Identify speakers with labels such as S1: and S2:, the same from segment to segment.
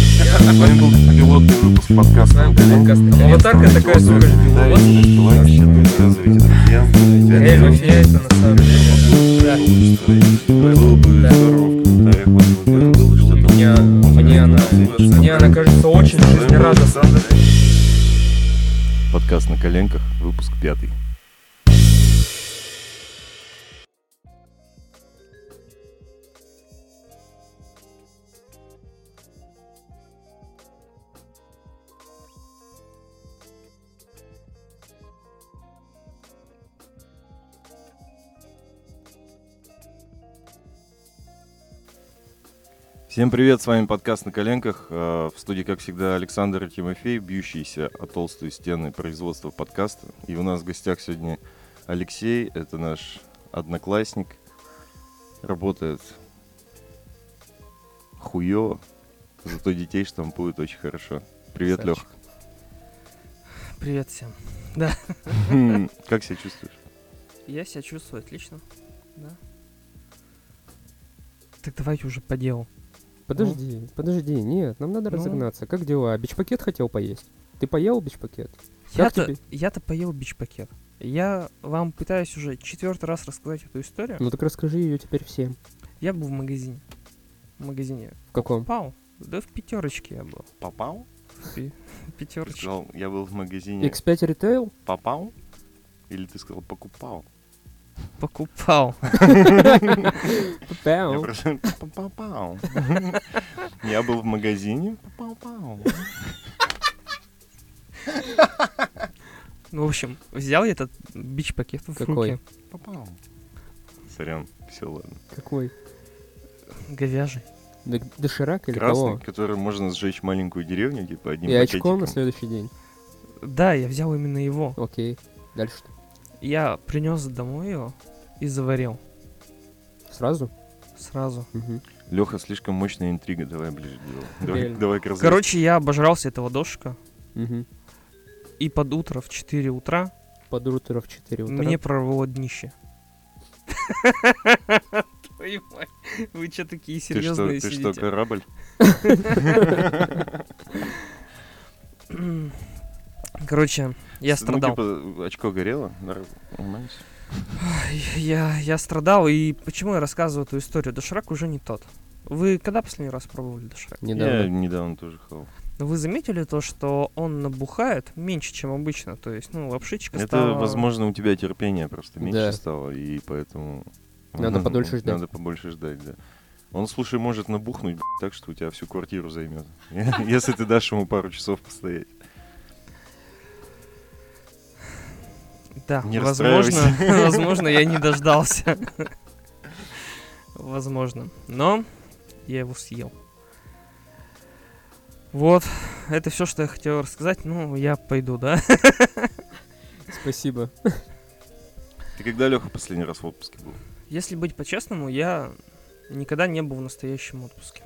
S1: С вами был пилотный выпуск подкаста «Удаление».
S2: Аватарка такая
S1: Всего
S2: сука же
S1: доброго,
S2: пилот.
S1: ставьте лайки, рассказывайте друзьям.
S2: Эй, вообще это на самом деле. Да.
S1: Было бы здорово в комментариях. возможно, было что-то.
S2: Мне, мне она, мне она кажется очень жизнерадостной.
S3: Подкаст на коленках, выпуск пятый. Всем привет, с вами подкаст «На коленках». Э, В студии, как всегда, Александр и Тимофей, бьющиеся о толстую стены производства подкаста. И у нас в гостях сегодня Алексей, это наш одноклассник, работает хуёво, зато детей штампует очень хорошо. Привет, Лех.
S2: Красавчик. Привет всем.
S3: Хм, Как себя чувствуешь?
S2: Я себя чувствую отлично. Да. Так давайте уже по делу.
S4: Подожди,
S3: Ну.
S4: подожди, нет, нам надо
S2: Ну?
S4: разогнаться. Как дела? Бичпакет хотел поесть. Ты поел бичпакет? Как
S2: Я-то,
S4: тебе?
S2: я-то поел бич-пакет. Я вам пытаюсь уже четвертый раз рассказать эту
S3: Э.
S2: историю.
S4: Ну так расскажи ее теперь всем.
S2: Я был в магазине. В магазине.
S4: В каком?
S2: Пау. Да в пятерочке я был.
S3: Попал?
S2: В пятерочке.
S3: Сказал, я был в магазине.
S4: X5 Retail?
S3: Попал? Или ты сказал покупал?
S2: Покупал.
S3: Я
S4: Пау.
S3: просто «Пау-пау-пау». Я был в магазине. «Пау-пау-пау».
S2: Ну, в общем, взял я этот бич-пакет в
S4: Какой?
S2: руки.
S3: «Пау-пау». Сорян, все ладно.
S4: Какой?
S2: Говяжий.
S4: Д- Доширак или
S3: Красный,
S4: кого?
S3: который можно сжечь маленькую деревню, типа одним
S4: И очко на
S3: пакетиком.
S4: следующий день.
S2: Да, я взял именно его.
S4: Окей. Дальше что?
S2: Я принес домой его и заварил
S4: Сразу?
S2: сразу.
S4: Мгм.
S3: Леха, слишком мощная интрига, давай ближе к делу. Давай,
S4: Реально.
S3: давай к развязке.
S2: Короче, я обожрался этого дошика.
S4: Мгм.
S2: И под утро в 4 утра
S4: Под утро в 4 утра.
S2: мне прорвало днище. Твою мать. Вы что такие
S3: ты что,
S2: серьезные
S3: ты что,
S2: сидите?
S3: корабль?
S2: Короче, я
S3: С- ну,
S2: страдал.
S3: типа, очко горело? Нар- нормально всё?
S2: Я, я страдал, и почему я рассказываю эту историю? Доширак уже не тот. Вы когда последний раз пробовали доширак?
S3: Я
S4: Недавно.
S3: недавно тоже хавал.
S2: Но Вы заметили то, что он набухает меньше, чем обычно? То есть, ну, лапшичка
S3: Это,
S2: стала...
S3: возможно, у тебя терпение просто меньше
S4: Да.
S3: стало, и поэтому...
S4: Надо подольше ждать.
S3: Надо побольше ждать, да. Он, слушай, может набухнуть б***ь, так, что у тебя всю квартиру займет. Если ты дашь ему пару часов постоять.
S2: Да,
S3: Не
S2: возможно, возможно, я не дождался. Возможно. Но я его съел. Вот, это все, что я хотел рассказать. Ну, я пойду, да?
S4: Спасибо.
S3: Ты когда, Леха, последний раз в отпуске был?
S2: Если быть по-честному, я никогда не был в настоящем отпуске.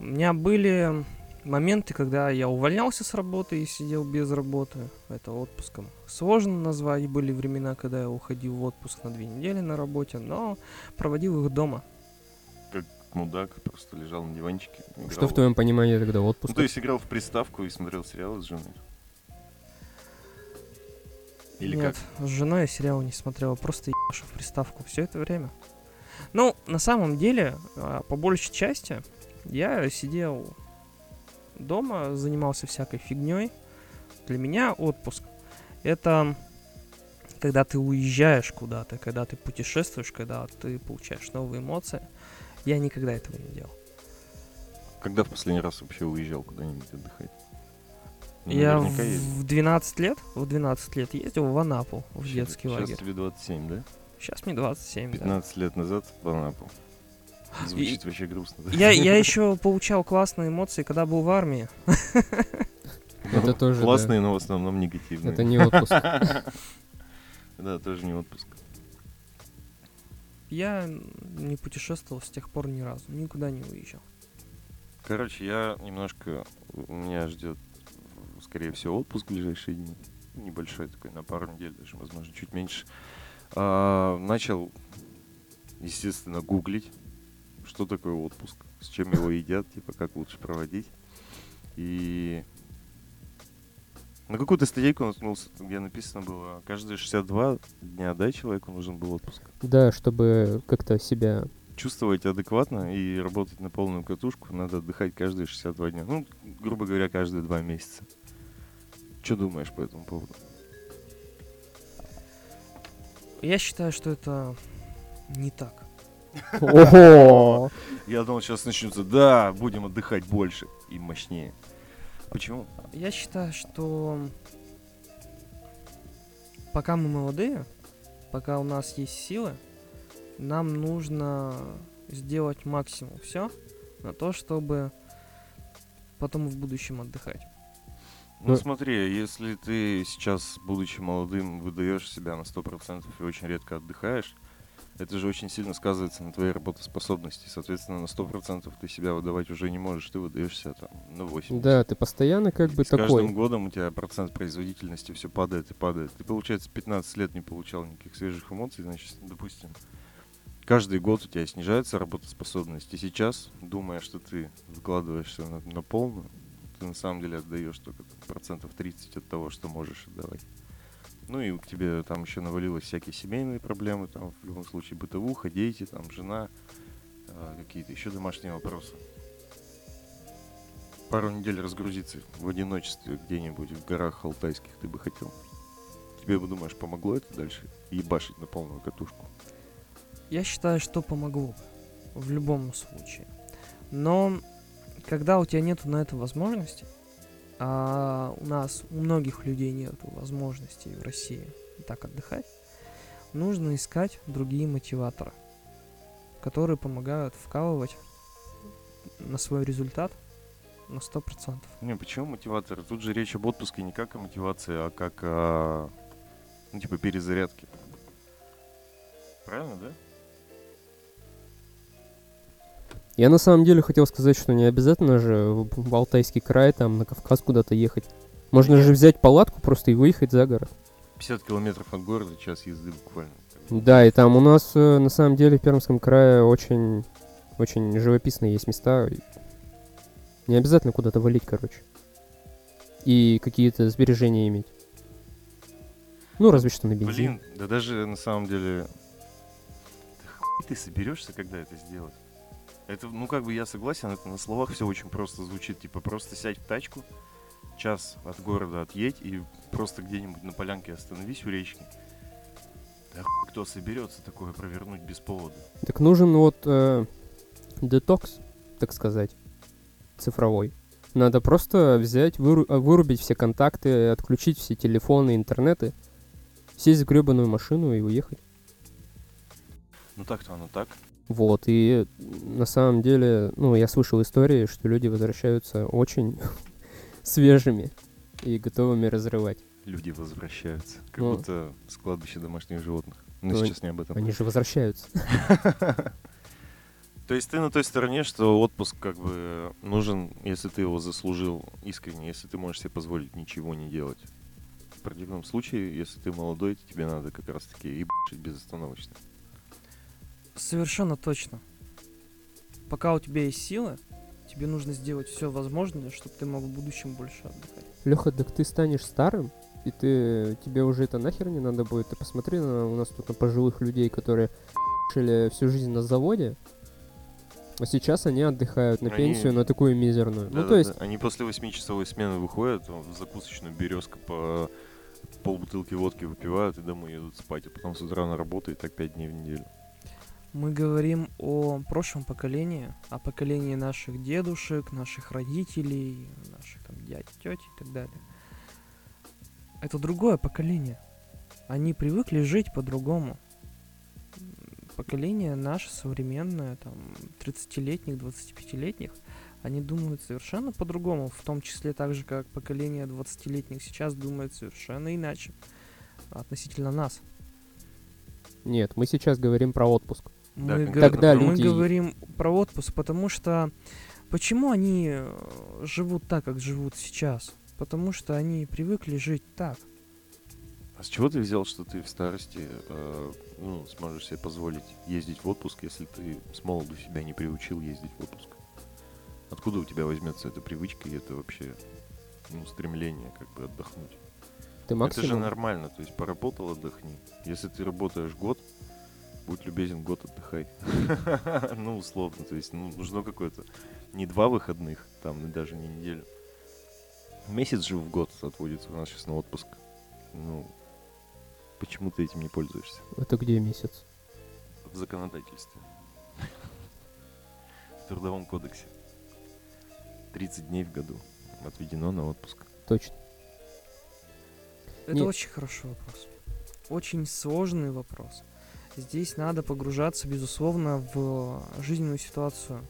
S2: У меня были моменты, когда я увольнялся с работы и сидел без работы. Это отпуском сложно назвать. Были времена, когда я уходил в отпуск на две недели на работе, но проводил их дома.
S3: Мудак, просто лежал на диванчике.
S4: Что
S3: играл.
S4: в твоем понимании тогда
S3: Ну,
S4: отпуск?
S3: то есть играл в приставку и смотрел сериалы с женой? Или
S2: Нет, с женой я сериал не смотрел, а просто ебашу в приставку все это время. Ну, на самом деле, а, по большей части, я сидел дома, занимался всякой фигней. Для меня отпуск — это когда ты уезжаешь куда-то, когда ты путешествуешь, когда ты получаешь новые эмоции. Я никогда этого не делал.
S3: как? Когда в последний раз вообще уезжал куда-нибудь отдыхать? Ну,
S2: я
S3: наверняка есть.
S2: в 12 лет, в 12 лет ездил в Анапу, в
S3: Щас-
S2: детский
S3: щас
S2: лагерь.
S3: тебе 27, да?
S2: Сейчас мне 27, да.
S3: 15 лет назад в Анапу. Звучит вообще грустно. да?
S2: Я, я еще получал классные эмоции, когда был в армии.
S3: ну,
S4: Это тоже, да.
S3: Классные, но в основном негативные.
S4: Это не отпуск.
S3: Да, тоже не отпуск.
S2: Я не путешествовал с тех пор ни разу, никуда не уезжал.
S3: Короче, я немножко... Меня ждет, скорее всего, отпуск в ближайшие дни. Небольшой такой, на пару недель даже, возможно, чуть меньше. А, начал, естественно, гуглить что такое отпуск, с чем его едят, типа как лучше проводить. И на какую-то статейку наткнулся, где написано было, каждые 62 дня, да, человеку нужен был отпуск.
S4: Да, чтобы как-то себя...
S3: Чувствовать адекватно и работать на полную катушку, надо отдыхать каждые 62 дня. Ну, грубо говоря, каждые два месяца. Что думаешь по этому поводу?
S2: Я считаю, что это не так.
S4: Ого!
S3: Я думал, сейчас начнется, да, будем отдыхать больше и мощнее. Почему?
S2: Я считаю, что пока мы молодые, пока у нас есть силы, нам нужно сделать максимум все на то, чтобы потом в будущем отдыхать.
S3: Ну,
S4: Ну-
S3: смотри, если ты сейчас, будучи молодым, выдаешь себя на 100% и очень редко отдыхаешь, это же очень сильно сказывается на твоей работоспособности. Соответственно, на 100% ты себя выдавать уже не можешь, ты выдаешь себя там на 80%.
S4: Да, ты постоянно как
S3: И
S4: бы
S3: с каждым
S4: такой.
S3: годом у тебя процент производительности все падает и падает. Ты, получается, 15 лет не получал никаких свежих эмоций, значит, допустим, каждый год у тебя снижается работоспособность. И сейчас, думая, что ты вкладываешься на, на полную, ты на самом деле отдаешь только там процентов 30 от того, что можешь отдавать. Ну и к тебе там еще навалилось всякие семейные проблемы, там в любом случае бытовуха, дети, там жена, а, какие-то еще домашние вопросы. Пару недель разгрузиться в одиночестве где-нибудь в горах алтайских ты бы хотел. Тебе бы, думаешь, помогло это дальше ебашить на полную катушку?
S2: Я считаю, что помогло бы в любом случае. Но когда у тебя нету на это возможности, а у нас, у многих людей нет возможности в России так отдыхать, нужно искать другие мотиваторы, которые помогают вкалывать на свой результат на 100%.
S3: Не, почему мотиватор? Тут же речь об отпуске не как о мотивации, а как о, ну, типа, перезарядке. Правильно, да?
S4: Я на самом деле хотел сказать, что не обязательно же в в Алтайский край, там, на Кавказ куда-то ехать. Можно же взять палатку просто и выехать за город.
S3: 50 километров от города, час езды буквально.
S4: Да, и там у нас э, на самом деле в Пермском крае очень, очень живописные есть места. И Не обязательно куда-то валить, короче. И какие-то сбережения иметь. Ну, разве что на бензин.
S3: Блин, да даже на самом деле... Да хуй ты соберешься, когда это сделать? Это, ну как бы я согласен, это на словах все очень просто звучит. Типа просто сядь в тачку, час от города отъедь и просто где-нибудь на полянке остановись у речки. Да хуй кто соберется такое провернуть без повода?
S4: Так нужен вот э, детокс, так сказать, цифровой. Надо просто взять, выру- э, вырубить все контакты, отключить все телефоны, интернеты, сесть в гребаную машину и уехать.
S3: Ну так-то оно так.
S4: Вот, и на самом деле, ну, я слышал истории, что люди возвращаются очень свежими и готовыми разрывать.
S3: Люди возвращаются. Как
S4: Ну.
S3: будто с кладбища домашних животных. Но
S4: Ну,
S3: сейчас не об этом.
S4: Они же возвращаются.
S3: То есть ты на той стороне, что отпуск как бы э, нужен, если ты его заслужил искренне, если ты можешь себе позволить ничего не делать. В противном случае, если ты молодой, то тебе надо как раз таки ебашить безостановочно.
S2: Совершенно точно. Пока у тебя есть силы, тебе нужно сделать все возможное, чтобы ты мог в будущем больше отдыхать.
S4: Леха, так ты станешь старым, и ты тебе уже это нахер не надо будет. Ты посмотри на у нас тут на пожилых людей, которые шили всю жизнь на заводе, а сейчас они отдыхают на
S3: Они-
S4: пенсию на такую мизерную. ну, то
S3: Да-да-да.
S4: есть,
S3: Они после восьмичасовой смены выходят, в закусочную березка по полбутылки водки выпивают и домой едут спать, а потом с утра на работу и так пять дней в неделю.
S2: Мы говорим о прошлом поколении, о поколении наших дедушек, наших родителей, наших там дядь, тети и так далее. Это другое поколение. Они привыкли жить по-другому. М, Поколение наше современное, там, 30-летних, 25-летних, они думают совершенно по-другому, в том числе так же, как поколение 20-летних сейчас думает совершенно иначе относительно нас.
S4: нет, мы сейчас говорим про отпуск.
S3: Да,
S2: Мы,
S3: конкретно
S2: го-
S4: Тогда
S2: мы
S4: люди-
S2: говорим про отпуск, потому что почему они э, живут так, как живут сейчас? Потому что они привыкли жить так.
S3: А с чего ты взял, что ты в старости э, ну, сможешь себе позволить ездить в отпуск, если ты с молоду себя не приучил ездить в отпуск? Откуда у тебя возьмется эта привычка и это вообще ну, стремление как бы отдохнуть?
S4: Ты максимум?
S3: Это же нормально, то есть поработал, отдохни. Если ты работаешь год, будь любезен, год отдыхай. Ну, условно, то есть ну, нужно какое-то не два выходных, там, и даже не неделю. Месяц же в год отводится у нас сейчас на отпуск. Ну, почему ты этим не пользуешься?
S4: Это где месяц?
S3: В законодательстве. В Трудовом кодексе. 30 дней в году отведено на отпуск.
S4: Точно.
S2: Это
S4: Нет.
S2: очень хороший вопрос. Очень сложный вопрос. Здесь надо погружаться, безусловно, в жизненную ситуацию.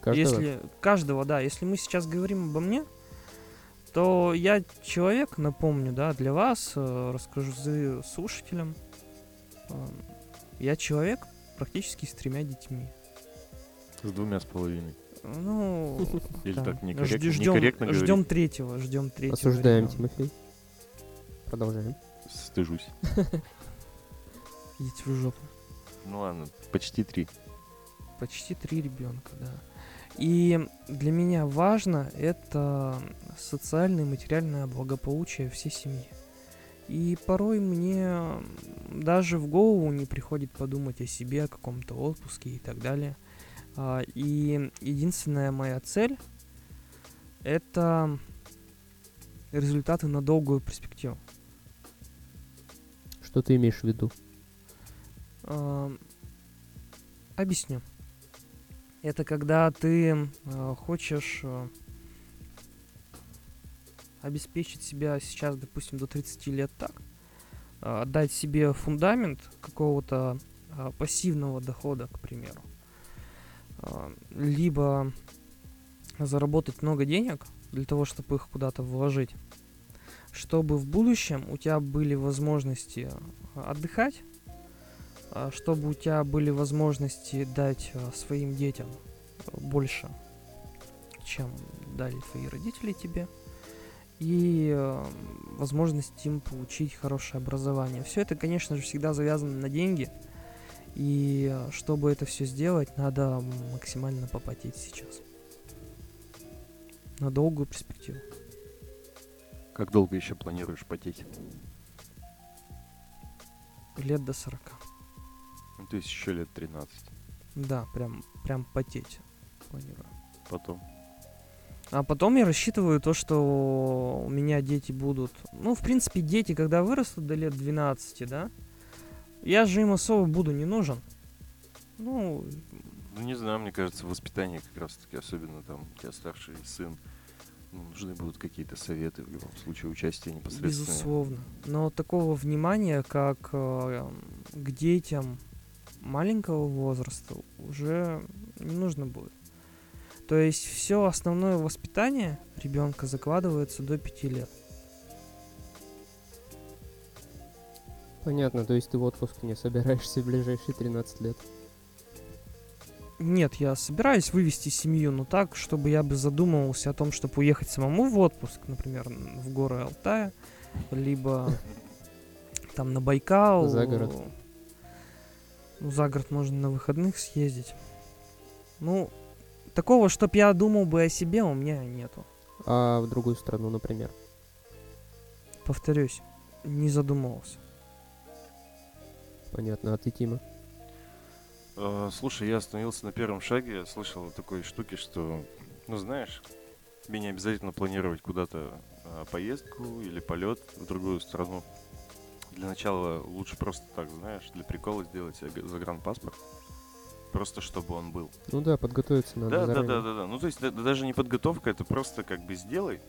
S4: Каждого?
S2: Если каждого, да, если мы сейчас говорим обо мне, то я человек, напомню, да, для вас, э, расскажу за- слушателям. Э, Я человек практически с тремя детьми.
S3: С двумя с половиной.
S2: Ну,
S3: Или
S2: да.
S3: так некорректно,
S2: Жд-
S3: некорректно
S2: ждем,
S3: говорить.
S2: ждем третьего, ждем третьего.
S4: Осуждаем,
S2: ребенка.
S4: Тимофей. Продолжаем.
S3: Стыжусь.
S2: Идите в жопу.
S3: Ну ладно, почти три.
S2: почти три ребенка, да. И для меня важно это социальное и материальное благополучие всей семьи. И порой мне даже в голову не приходит подумать о себе, о каком-то отпуске и так далее. А, И единственная моя цель это результаты на долгую перспективу.
S4: Что ты имеешь в виду?
S2: А, Объясню. Это когда ты а, хочешь а, обеспечить себя сейчас, допустим, до 30 лет так, а, отдать себе фундамент какого-то а, пассивного дохода, к примеру, А, либо заработать много денег для того, чтобы их куда-то вложить, чтобы в будущем у тебя были возможности а, отдыхать, а, чтобы у тебя были возможности дать а, своим детям а, больше, чем дали твои родители тебе, и э, возможность им получить хорошее образование. Все это, конечно же, всегда завязано на деньги, и э, чтобы это все сделать, надо максимально попотеть сейчас. На долгую перспективу.
S3: Как долго еще планируешь потеть?
S2: Лет до 40.
S3: Ну, то есть еще лет 13.
S2: Да, прям, прям потеть планирую.
S3: Потом.
S2: А потом я рассчитываю то, что у меня дети будут... Ну, в принципе, дети, когда вырастут до лет 12, да, я же им особо буду не нужен. Ну,
S3: Ну, не знаю, мне кажется, воспитание как раз-таки, особенно там у тебя старший сын, ну, нужны будут какие-то советы, в любом случае, участие непосредственно.
S2: безусловно. Но такого внимания, как э, к детям маленького возраста, уже не нужно будет. То есть все основное воспитание ребенка закладывается до 5 лет.
S4: Понятно, то есть ты в отпуск не собираешься в ближайшие 13 лет.
S2: Нет, я собираюсь вывести семью, но так, чтобы я бы задумывался о том, чтобы уехать самому в отпуск, например, н- в горы Алтая, либо там на Байкал.
S4: За город.
S2: Ну, за город можно на выходных съездить. Ну, такого, чтоб я думал бы о себе, у меня нету.
S4: А в другую страну, например.
S2: Повторюсь, не задумывался.
S4: Понятно, а ты, Тима?
S3: Э, Слушай, я остановился на первом шаге, я слышал о такой штуке, что, ну знаешь, тебе не обязательно планировать куда-то э, поездку или полет в другую страну. Для начала лучше просто так, знаешь, для прикола сделать себе г- загранпаспорт, просто чтобы он был.
S4: Ну да, подготовиться надо
S3: Да, да,
S4: заранее.
S3: да, да, да. Ну то есть да- да даже не подготовка, это просто как бы сделай,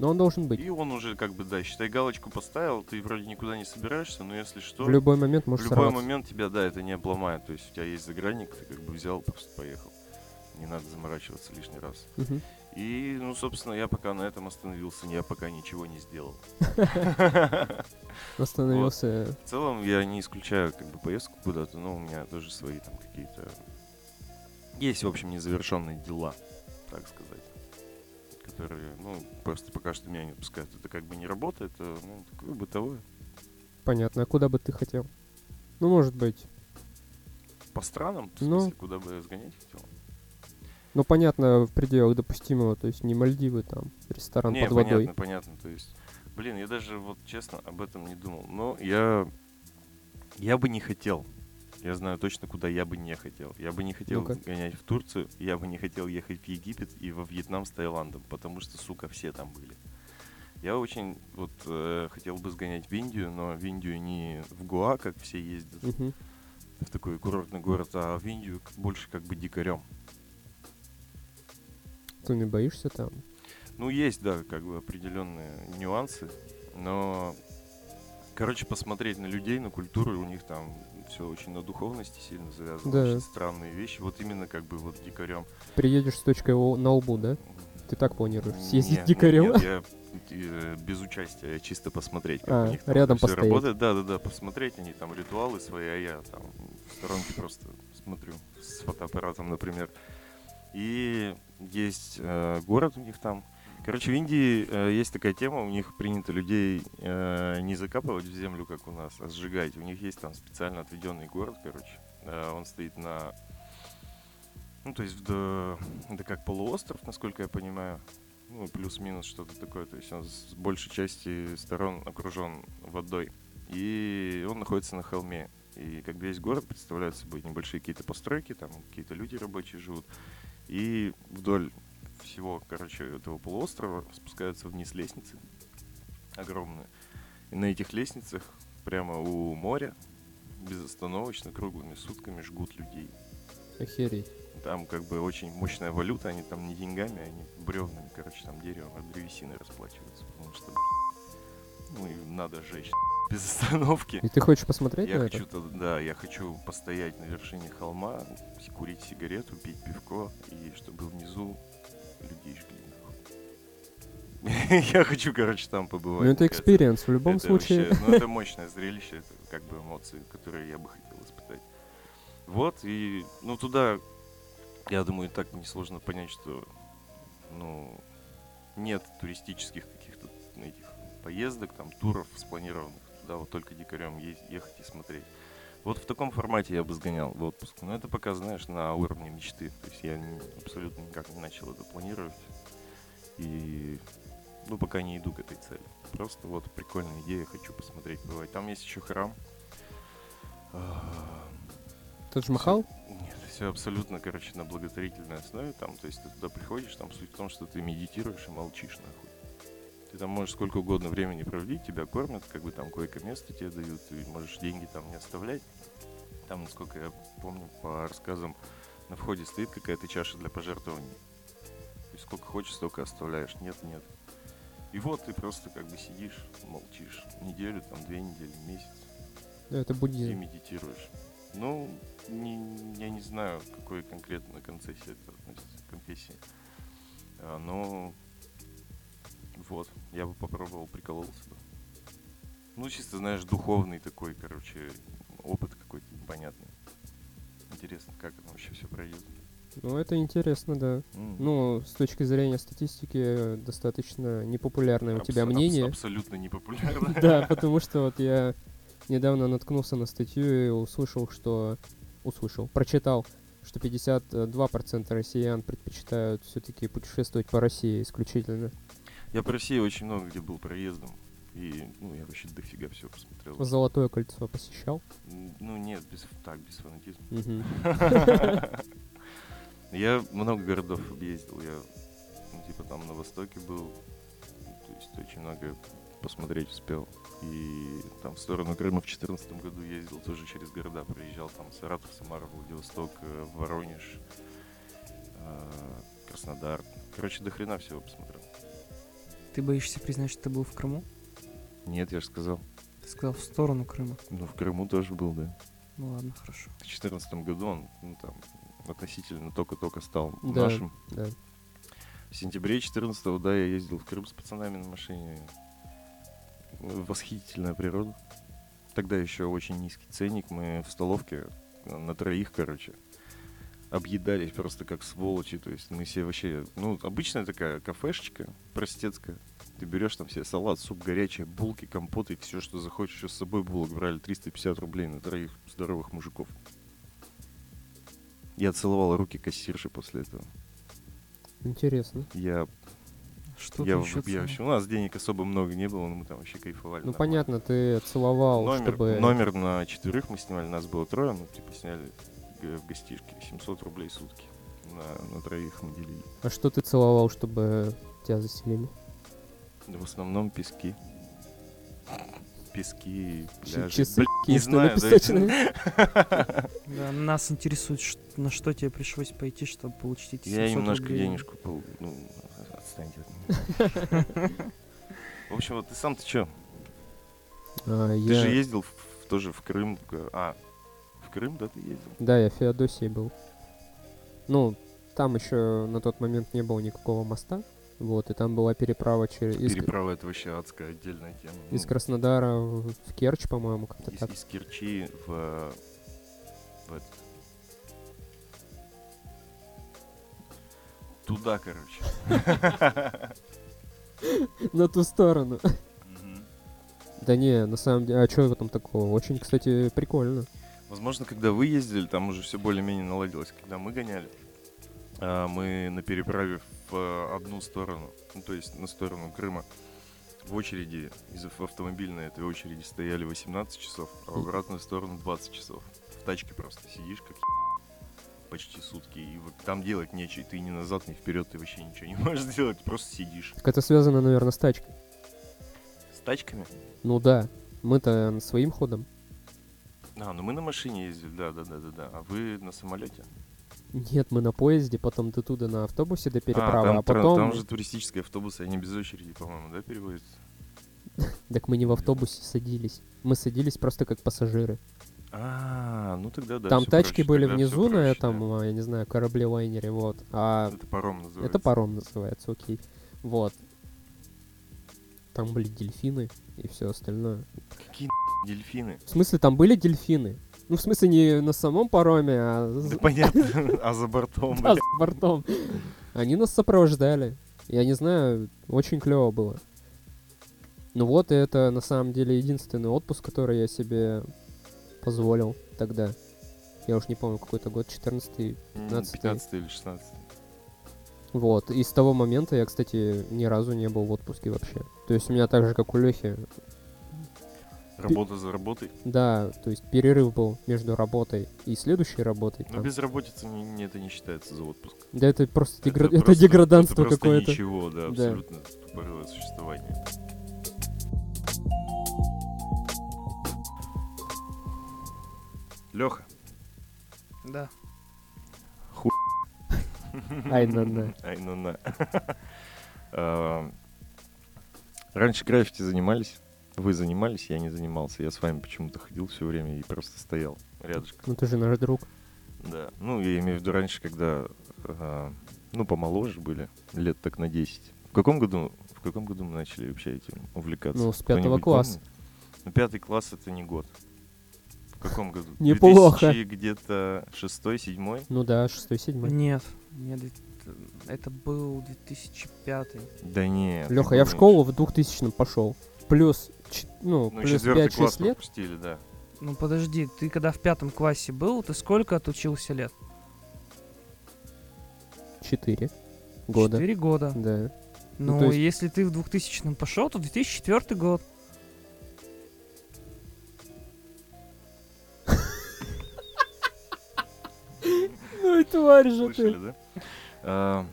S4: Но он должен быть.
S3: и он уже как бы, да, считай, галочку поставил, ты вроде никуда не собираешься, но если что,
S4: В любой момент
S3: в
S4: может
S3: любой
S4: сорваться.
S3: момент тебя, да, это не обломает. То есть у тебя есть загранник, ты как бы взял, просто поехал. Не надо заморачиваться лишний раз.
S4: Мгм.
S3: И, ну, собственно, я пока на этом остановился, я пока ничего не сделал.
S4: Остановился.
S3: В целом я не исключаю как бы поездку куда-то, но у меня тоже свои там какие-то... Есть, в общем, незавершенные дела, так сказать, которые, ну, просто пока что меня не отпускают. Это как бы не работает, это, ну, такое бытовое.
S4: Понятно. А куда бы ты хотел? Ну, может быть.
S3: По странам, в
S4: Ну.
S3: смысле, куда бы я сгонять хотел.
S4: Ну, понятно, в пределах допустимого. То есть не Мальдивы там, ресторан
S3: не,
S4: под водой.
S3: понятно, понятно. То есть, блин, я даже вот честно об этом не думал. Но я, я бы не хотел. Я знаю точно, куда я бы не хотел. Я бы не хотел
S4: Ну-ка.
S3: гонять в Турцию, я бы не хотел ехать в Египет и во Вьетнам с Таиландом, потому что, сука, все там были. Я очень вот э, хотел бы сгонять в Индию, но в Индию не в Гуа, как все ездят,
S4: Мгм.
S3: в такой курортный город, а в Индию к- больше как бы дикарем.
S4: Ты не боишься там?
S3: Ну, есть, да, как бы определенные нюансы, но, короче, посмотреть на людей, на культуру, у них там все очень на духовности сильно завязано,
S4: Да.
S3: очень странные вещи, вот именно как бы вот дикарем.
S4: Приедешь с точкой О на лбу, да? Ты так планируешь? Съездить дикарем?
S3: Нет, я э, без участия, я чисто посмотреть, как
S4: А,
S3: у них там
S4: рядом
S3: всё
S4: постоять.
S3: работает. Да-да-да, посмотреть, они там ритуалы свои, а я там в сторонке просто смотрю с фотоаппаратом, например. И есть э, город у них там. Короче, в Индии э, есть такая тема, у них принято людей э, не закапывать в землю, как у нас, а сжигать. У них есть там специально отведенный город, короче. Э, он стоит на... Ну, то есть, да, это как полуостров, насколько я понимаю. Ну, плюс-минус что-то такое. То есть он с большей части сторон окружен водой. И он находится на холме. И как бы весь город представляет собой небольшие какие-то постройки, там какие-то люди рабочие живут. И вдоль всего, короче, этого полуострова спускаются вниз лестницы огромные. И на этих лестницах прямо у моря безостановочно круглыми сутками жгут людей.
S4: Охереть.
S3: Там как бы очень мощная валюта, они там не деньгами, они бревнами, короче, там деревом, а древесиной расплачиваются, потому что, ну, и надо жечь без остановки.
S4: И ты хочешь посмотреть
S3: Я
S4: на
S3: хочу,
S4: ну, это?
S3: туда- да, я хочу постоять на вершине холма, с- курить сигарету, пить пивко, и чтобы внизу людей жгли. нахуй. Я хочу, короче, там побывать.
S4: Ну, это
S3: мне кажется.
S4: экспириенс. В любом
S3: Это
S4: случае,
S3: вообще, ну, это мощное зрелище, это как бы эмоции, которые я бы хотел испытать. Вот, и, ну, туда, я думаю, и так несложно понять, что, ну, нет туристических каких-то этих поездок, там, туров спланированных. Туда вот только дикарем е- ехать и смотреть. Вот в таком формате я бы сгонял в отпуск. Но это пока, знаешь, на уровне мечты. То есть я не- абсолютно никак не начал это планировать. И ну, пока не иду к этой цели. Просто вот прикольная идея, хочу посмотреть, бывает. Там есть еще храм. А,
S4: тот же Махал?
S3: Нет, все абсолютно, короче, на благотворительной основе там. То есть ты туда приходишь, там суть в том, что ты медитируешь и молчишь нахуй. Ты там можешь сколько угодно времени проводить, тебя кормят, как бы там койко-место тебе дают, ты можешь деньги там не оставлять. Там, насколько я помню по рассказам, на входе стоит какая-то чаша для пожертвований. То есть сколько хочешь, столько оставляешь. Нет, нет. И вот ты просто как бы сидишь, молчишь. Неделю, там, две недели, месяц
S4: Да, это
S3: и
S4: буддизм.
S3: медитируешь. Ну, не- я не знаю, к какой конкретно концессии это относится, конфессии. А, Но вот, я бы попробовал, прикололся бы. Ну, чисто, знаешь, духовный такой, короче, опыт какой-то непонятный. Интересно, как это вообще все пройдет.
S4: Ну, это интересно, да. Ну, с точки зрения статистики, э, достаточно непопулярное у тебя мнение.
S3: абсолютно непопулярно.
S4: Да, потому что вот я недавно наткнулся на статью и услышал, что... Услышал, прочитал, что 52% россиян предпочитают все-таки путешествовать по России исключительно.
S3: Я по России очень много где был проездом. И, ну, я вообще дофига всего посмотрел.
S4: Золотое кольцо посещал.
S3: М, Ну, нет, без, так, без фанатизма.
S4: Мгм.
S3: Я много городов объездил. Я, ну, типа, там на Востоке был. То есть очень много посмотреть успел. И там в сторону Крыма в 2014 году ездил тоже через города. Проезжал там Саратов, Самара, Владивосток, э, Воронеж, э, Краснодар. Короче, до хрена всего посмотрел.
S2: Ты боишься признать, что ты был в Крыму?
S3: Нет, я же сказал.
S2: Ты сказал в сторону Крыма.
S3: Ну, в Крыму тоже был, да.
S2: Ну ладно, хорошо.
S3: В 2014 году он, ну, там, относительно только-только стал
S4: Да.
S3: нашим.
S4: Да.
S3: В сентябре 14 да, я ездил в Крым с пацанами на машине. Восхитительная природа. Тогда еще очень низкий ценник. Мы в столовке э, на троих, короче, объедались просто как сволочи. То есть мы все вообще... Ну, обычная такая кафешечка простецкая. Ты берешь там себе салат, суп горячий, булки, компоты, все, что захочешь. Еще с собой булок брали 350 рублей на троих здоровых мужиков. Я целовал руки кассирши после этого.
S4: Интересно.
S3: Я,
S2: Что
S3: я,
S2: ты ещё
S3: в- я
S2: цена?
S3: вообще, у нас денег особо много не было, но мы там вообще кайфовали.
S4: Ну,
S3: нормально.
S4: понятно, ты целовал,
S3: Номер,
S4: чтобы...
S3: номер на четверых мы снимали, нас было трое, мы типа сняли г- в гостишке 700 рублей в сутки. На, на троих мы делили.
S4: А что ты целовал, чтобы тебя заселили?
S3: В основном пески. Пески,
S4: Ч-
S3: пляжи.
S4: Часы
S3: Блин, не
S4: кисты
S3: знаю, да,
S4: написочные?
S2: Да, нас интересует, ш- на что тебе пришлось пойти, чтобы получить эти
S3: я
S2: 700
S3: немножко
S2: рублей.
S3: денежку пол... Ну, отстаньте от меня. В общем, вот ты сам-то чё?
S4: А,
S3: Ты же
S4: я-
S3: ездил в- тоже в Крым. к- А, в Крым, да, ты ездил?
S4: Да, я в Феодосии был. Ну, там еще на тот момент не было никакого моста. Вот, и там была переправа через... из-
S3: Переправа это вообще адская отдельная тема. Ну,
S4: Из Краснодара в в Керчь, по-моему, как-то
S3: из,
S4: так.
S3: из Керчи в, в этот. Туда, короче.
S4: На ту сторону.
S3: Мгм.
S4: Да не, на самом деле, а чего там такого? Очень, кстати, прикольно.
S3: Возможно, когда вы ездили, там уже все более-менее наладилось. Когда мы гоняли, а, мы на переправе в э, одну сторону, ну, то есть на сторону Крыма, в очереди, из в автомобильной этой очереди стояли 18 часов, а в обратную сторону 20 часов. В тачке просто сидишь как е- почти сутки, и вот там делать нечего, и ты ни назад, ни вперед, ты вообще ничего не можешь сделать, просто сидишь.
S4: Так это связано, наверное, с тачкой.
S3: С тачками?
S4: Ну да, мы-то н- своим ходом.
S3: А, ну мы на машине ездили, да-да-да-да-да, а вы на самолете?
S4: Нет, мы на поезде, потом до туда на автобусе до переправы, а,
S3: там, тра-
S4: потом...
S3: там же туристические автобусы, они без очереди, по-моему, да, переводятся?
S4: Так мы не в автобусе садились. Мы садились просто как пассажиры.
S3: А, ну тогда да.
S4: там
S3: всё
S4: тачки
S3: проще,
S4: были
S3: тогда всё
S4: внизу на
S3: проще,
S4: этом, а, я не знаю, корабле-лайнере, вот.
S3: да.
S4: А
S3: Это паром называется.
S4: это паром называется, окей. Вот. Там были дельфины и все остальное.
S3: Какие нахуй дельфины?
S4: В смысле, там были дельфины? Ну, в смысле, не на самом пароме, а
S3: Да
S4: за-
S3: понятно, а за бортом,
S4: да,
S3: блядь.
S4: за бортом. Они нас сопровождали. Я не знаю, очень клево было. Ну вот, и это на самом деле единственный отпуск, который я себе позволил тогда. Я уж не помню, какой-то год, 14
S3: М,
S4: 15-й.
S3: 15 или 16
S4: Вот. И с того момента я, кстати, ни разу не был в отпуске вообще. То есть у меня так же, как у Лехи,
S3: Работа за работой.
S4: да, то есть перерыв был между работой и следующей работой.
S3: Но
S4: там.
S3: Ну, безработица не, не- это не считается за отпуск.
S4: Да это просто, дегра- это
S3: просто-
S4: деграданство
S3: это просто
S4: какое-то.
S3: ничего, да,
S4: Да.
S3: абсолютно тупорылое существование. Леха.
S2: Да.
S4: Ай, на-на.
S3: Ай, ну на. Эм, Раньше граффити занимались. Вы занимались, я не занимался. Я с вами почему-то ходил все время и просто стоял рядышком.
S4: Ну ты же наш друг.
S3: Да. Ну, я имею в виду раньше, когда, э, ну, помоложе были, лет так на 10. В каком году, в каком году мы начали вообще этим увлекаться?
S4: Ну, с
S3: Кто-нибудь
S4: пятого класса.
S3: помнит? Ну, пятый класс это не год. В каком году?
S4: Неплохо.
S3: 2000 где-то шестой, седьмой?
S4: Ну да, шестой, седьмой.
S2: Нет, нет, это был 2005
S3: Да нет. ты
S4: Леха, я в
S3: думаешь.
S4: школу в 2000 пошел. Плюс, ч-
S3: Ну,
S4: ну, плюс
S3: четвертый
S4: 5-6
S3: класс
S4: лет.
S3: пропустили, да.
S2: Ну подожди, ты когда в пятом классе был, ты сколько отучился лет?
S4: 4 года.
S2: Четыре года.
S4: Да.
S2: Ну,
S4: Ну, то есть-
S2: если ты в 2000 пошел, то 2004 год.
S4: Ну и тварь же
S3: Слышали,
S4: ты.
S3: да? А,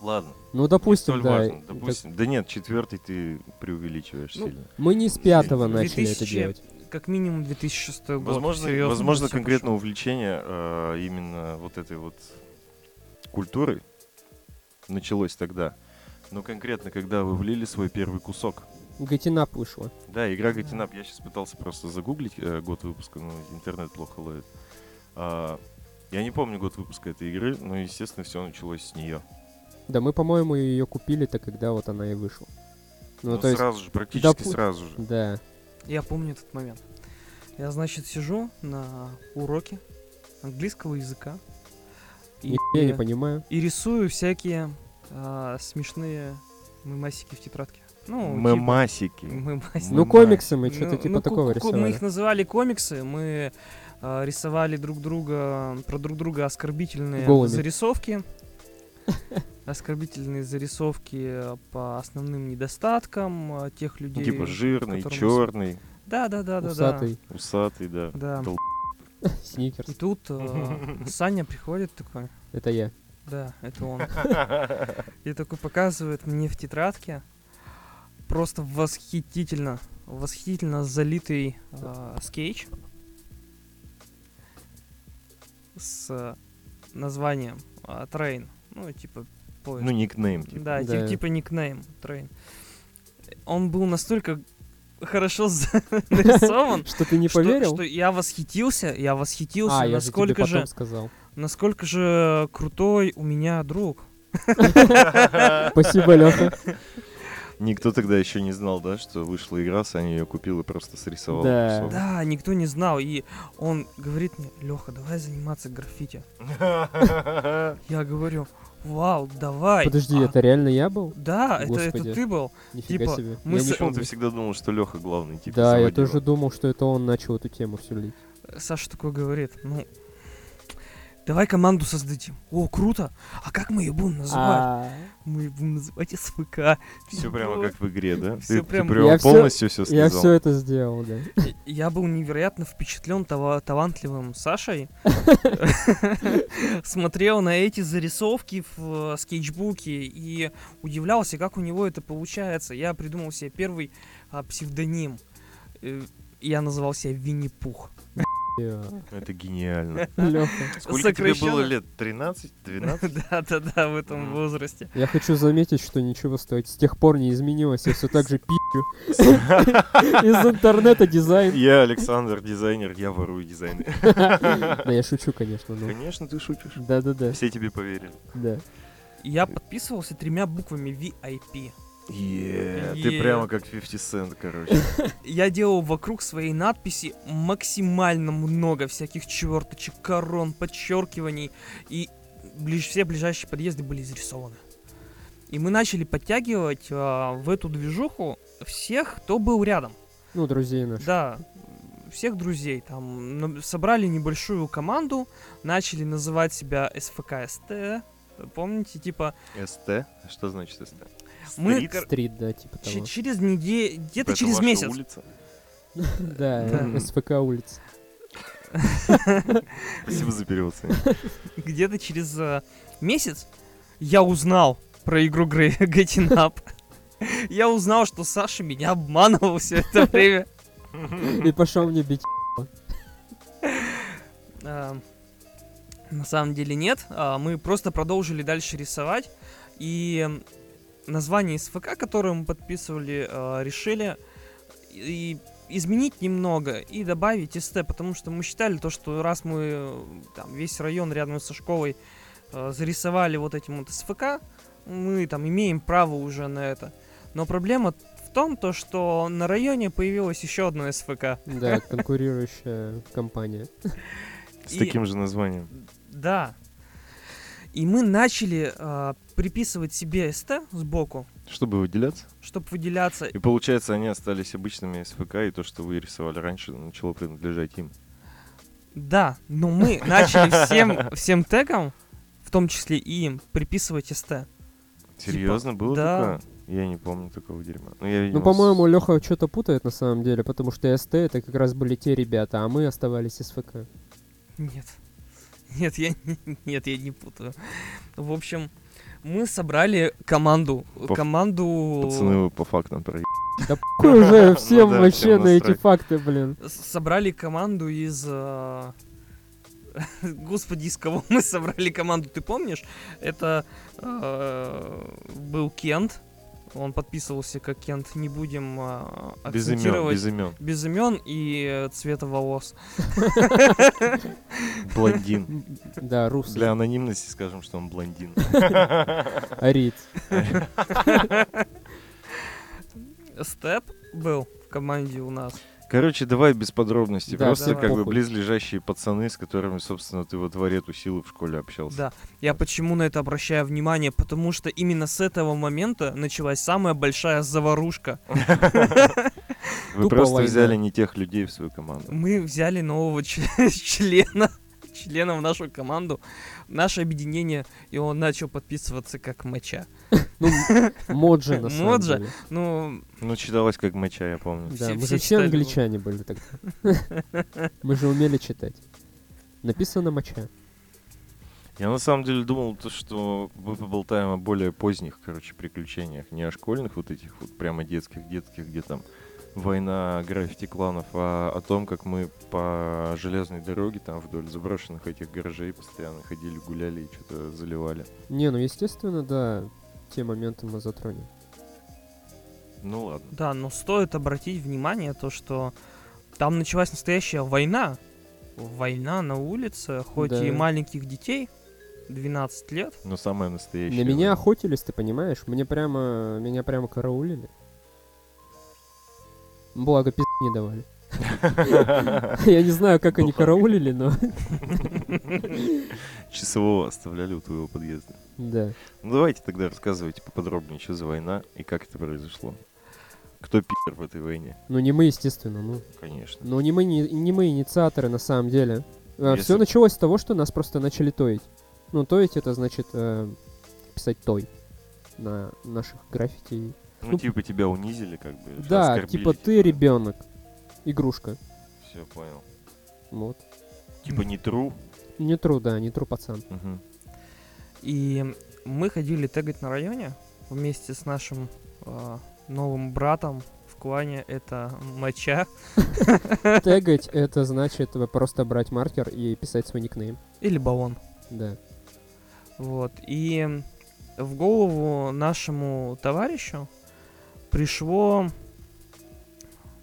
S3: Ладно,
S4: Ну,
S3: не
S4: допустим,
S3: столь
S4: да.
S3: важно.
S4: и- так-
S3: Допустим, да нет, четвертый ты преувеличиваешь
S2: Ну,
S3: сильно.
S4: Мы не с пятого
S3: Две
S4: начали это
S2: тысячи
S4: делать.
S2: Как минимум 2006 год.
S3: Возможно,
S2: серьезно,
S3: возможно
S2: всё
S3: конкретно увлечение а, именно вот этой вот культурой началось тогда. Но конкретно, когда вы влили свой первый кусок.
S4: Гатинап вышла.
S3: Да, игра
S2: Да.
S3: Гатинап. Я сейчас пытался просто загуглить э, год выпуска, но интернет плохо ловит. А, я не помню год выпуска этой игры, но, естественно, все началось с нее.
S4: Да, мы, по-моему, ее купили-то, когда вот она и вышла. Ну,
S3: Ну,
S4: то есть,
S3: сразу же, практически
S4: допу-
S3: сразу же.
S4: да.
S2: Я помню этот момент. Я, значит, сижу на уроке, английского языка.
S4: Ни хуя Я не понимаю.
S2: и рисую всякие а, смешные мемасики в тетрадке. Ну, типа
S3: Мемасики.
S2: мемасики.
S4: Ну,
S3: Мгм.
S4: комиксы мы что-то
S2: Ну,
S4: типа
S2: ну, ку-
S4: такого
S2: ку- ку- Мы
S4: рисовали.
S2: их называли комиксы, мы а, рисовали друг друга, про друг друга оскорбительные
S4: Голыми.
S2: зарисовки. Оскорбительные зарисовки по основным недостаткам а, тех людей.
S3: Ну, типа жирный,
S2: которым-
S3: черный,
S2: Да, да, да, да,
S4: Усатый,
S3: усатый, да. Ну,
S2: да. Да.
S3: Дол-
S2: И
S4: сникерс.
S2: тут а, Саня приходит такой.
S4: Это я.
S2: Да, это он. И такой показывает мне в тетрадке просто восхитительно, восхитительно залитый а, скетч с названием а, Train. Ну, типа поезд.
S3: Ну, никнейм. типа.
S2: да, ти-
S4: Да.
S2: типа никнейм Train. Он был настолько хорошо за- нарисован,
S4: Что ты не
S2: что-
S4: поверил?
S2: что я восхитился, я восхитился,
S4: А, я же тебе
S2: насколько же,
S4: потом сказал.
S2: насколько же крутой у меня друг.
S4: Спасибо, Леха.
S3: Никто тогда еще не знал, да, что вышла игра, Саня ее купил и просто срисовал.
S4: Да.
S3: кусок.
S2: Да, никто не знал. И он говорит мне, Леха, давай заниматься граффити. Я говорю, вау, давай.
S4: Подожди,
S2: А,
S4: это реально я был?
S2: Да, это, это
S4: Господи.
S2: ты был.
S4: Нифига
S2: Типа,
S4: себе.
S2: мы
S4: Я
S2: с-
S4: не
S3: Почему ты
S4: помню.
S3: всегда думал, что Леха главный, типа,
S4: Да, я
S3: заводила?
S4: тоже думал, что это он начал эту тему всю лить.
S2: Саша такой говорит, ну, давай команду создадим. О, круто. А как мы ее будем называть?
S4: А,
S2: Мы ее будем называть СВК.
S3: Все прямо как в игре, да?
S2: Всё
S3: Ты- ты
S2: прям-
S4: Я всё-
S3: полностью все
S4: Я все
S3: сказал.
S4: это сделал, да.
S2: Я был невероятно впечатлен тава- талантливым Сашей. Смотрел на эти зарисовки в э, скетчбуке и удивлялся, как у него это получается. Я придумал себе первый а, псевдоним. Э, Я называл себя Винни-Пух.
S3: Это гениально.
S4: Леха.
S3: Сколько тебе было
S2: Сокращенно.
S3: лет? 13? 12?
S2: Да-да-да, в этом
S3: Мгм.
S2: возрасте.
S4: Я хочу заметить, что ничего стоит. С тех пор не изменилось. Я все так же пи***ю. Из интернета дизайн.
S3: Я Александр, дизайнер, я ворую дизайн.
S4: Да я шучу, конечно,
S2: Ну.
S4: но...
S3: Конечно, ты шутишь.
S4: Да-да-да,
S3: Все тебе поверили.
S4: да.
S2: Я подписывался тремя буквами VIP.
S3: Е,
S2: Е.
S3: Ты прямо как 50 Cent, короче.
S2: Я делал вокруг своей надписи максимально много всяких черточек, корон, подчеркиваний. И ближ- все ближайшие подъезды были зарисованы. И мы начали подтягивать а, в эту движуху всех, кто был рядом.
S4: Ну, друзей наших.
S2: Да, всех друзей. Там на- собрали небольшую команду, начали называть себя СФКСТ. Помните, типа,
S3: СТ? Что значит СТ?
S2: Мы,
S3: Стрит?
S2: кор-
S4: Стрит, да, типа
S2: че-
S4: того.
S2: через неделю, где-то
S3: Это
S2: через
S3: ваша
S2: месяц.
S3: улица?
S4: Да,
S3: Да.
S4: СПК улица.
S3: Спасибо за перевод, Саня.
S2: где-то через э, месяц я узнал про игру Грэ- Getting Up. Я узнал, что Саша меня обманывал все это время.
S4: И пошел мне бить.
S2: Э, На самом деле нет. А, Мы просто продолжили дальше рисовать. И м, название СФК, которое мы подписывали, э, решили и изменить немного и добавить СТ, потому что мы считали то, что раз мы э, там весь район рядом со школой э, зарисовали вот этим вот СФК, мы там имеем право уже на это. Но проблема в том, то, что на районе появилось еще одно СФК.
S4: Да, конкурирующая компания.
S3: С
S2: И-
S3: таким же названием.
S2: Да. И мы начали а, приписывать себе СТ сбоку,
S3: Чтобы выделяться.
S2: чтобы выделяться.
S3: И получается, они остались обычными СВК, и то, что вы рисовали раньше, начало принадлежать им.
S2: Да, но мы начали всем, всем тегам, в том числе и им, приписывать СТ.
S3: Серьезно, было
S2: Типа, да.
S3: такое? Я не помню такого дерьма. Ну, я видел
S4: Ну, по-моему, Леха что-то путает на самом деле, потому что СТ это как раз были те ребята, а мы оставались СФК.
S2: Нет. Нет, я не, нет, я не путаю. В общем, мы собрали команду.
S3: Пов-
S2: команду...
S3: Пацаны, вы по фактам про...
S4: Да похуй уже всем
S3: да,
S4: вообще
S3: всем
S4: на эти
S3: насрать.
S4: факты, блин.
S2: с- Собрали команду из... а, Господи, из кого мы собрали команду, ты помнишь? Это э, был Кент. Он подписывался как Кент. Не будем а,
S3: Без имен,
S2: акцентировать.
S3: без имен.
S2: без имен и э, цвета волос.
S3: Блондин.
S4: Да, рус.
S3: Для анонимности скажем, что он блондин.
S4: Арит.
S2: Степ был в команде у нас.
S3: Короче, давай без подробностей.
S4: Да,
S3: Просто
S2: давай.
S3: как бы
S4: Похуй.
S3: близлежащие пацаны, с которыми, собственно, ты во дворе тусил и в школе общался.
S2: Да. Я почему на это обращаю внимание? Потому что именно с этого момента началась самая большая заварушка.
S3: Вы
S4: Тупо
S3: просто
S4: война.
S3: взяли не тех людей в свою команду.
S2: Мы взяли нового ч- члена, члена в нашу команду, в наше объединение, и он начал подписываться как моча.
S4: Ну, Моджи, на самом
S2: Моджи.
S4: деле.
S2: Ну,
S3: Ну, читалось как моча, я помню.
S4: Да,
S2: Все-
S4: мы
S2: все
S4: же все
S2: читали его.
S4: англичане были тогда. Мы же умели читать. Написано моча.
S3: Я на самом деле думал, то, что мы поболтаем о более поздних, короче, приключениях. Не о школьных вот этих вот прямо детских-детских, где там война граффити-кланов, а о том, как мы по железной дороге там вдоль заброшенных этих гаражей постоянно ходили, гуляли и что-то заливали.
S4: Не, ну естественно, да, те моменты мы затронем.
S3: Ну ладно.
S2: да, но стоит обратить внимание то, что там началась настоящая война. Война на улице, хоть и
S4: Да.
S2: маленьких детей, 12 лет.
S3: Но самое настоящее.
S4: На меня
S3: вот.
S4: охотились, ты понимаешь? Мне прямо, меня прямо караулили. Благо, пизд не давали. Я не знаю, как они
S3: Благо.
S4: караулили, но...
S3: Часового оставляли у твоего подъезда.
S4: Да.
S3: Ну давайте тогда рассказывайте поподробнее, что за война и как это произошло. Кто пи***р в этой войне,
S4: Ну, не мы, естественно, ну.
S3: конечно.
S4: Ну, не мы, не, не мы инициаторы, на самом деле.
S3: Если-
S4: Все началось с того, что нас просто начали тоить. Ну, тоить это значит э, писать той на наших граффити.
S3: Ну,
S4: Ну,
S3: типа тебя унизили, как бы.
S4: Да, типа ты ребенок. Игрушка.
S3: Все, понял.
S4: Вот.
S3: Типа не тру.
S4: Не тру, да, не тру, пацан.
S3: Мгм.
S2: И мы ходили тегать на районе вместе с нашим а, новым братом в клане, это Моча,
S4: Тегать это значит э, просто брать маркер и писать свой никнейм.
S2: или Балон.
S4: Да.
S2: Вот. И в голову нашему товарищу пришло,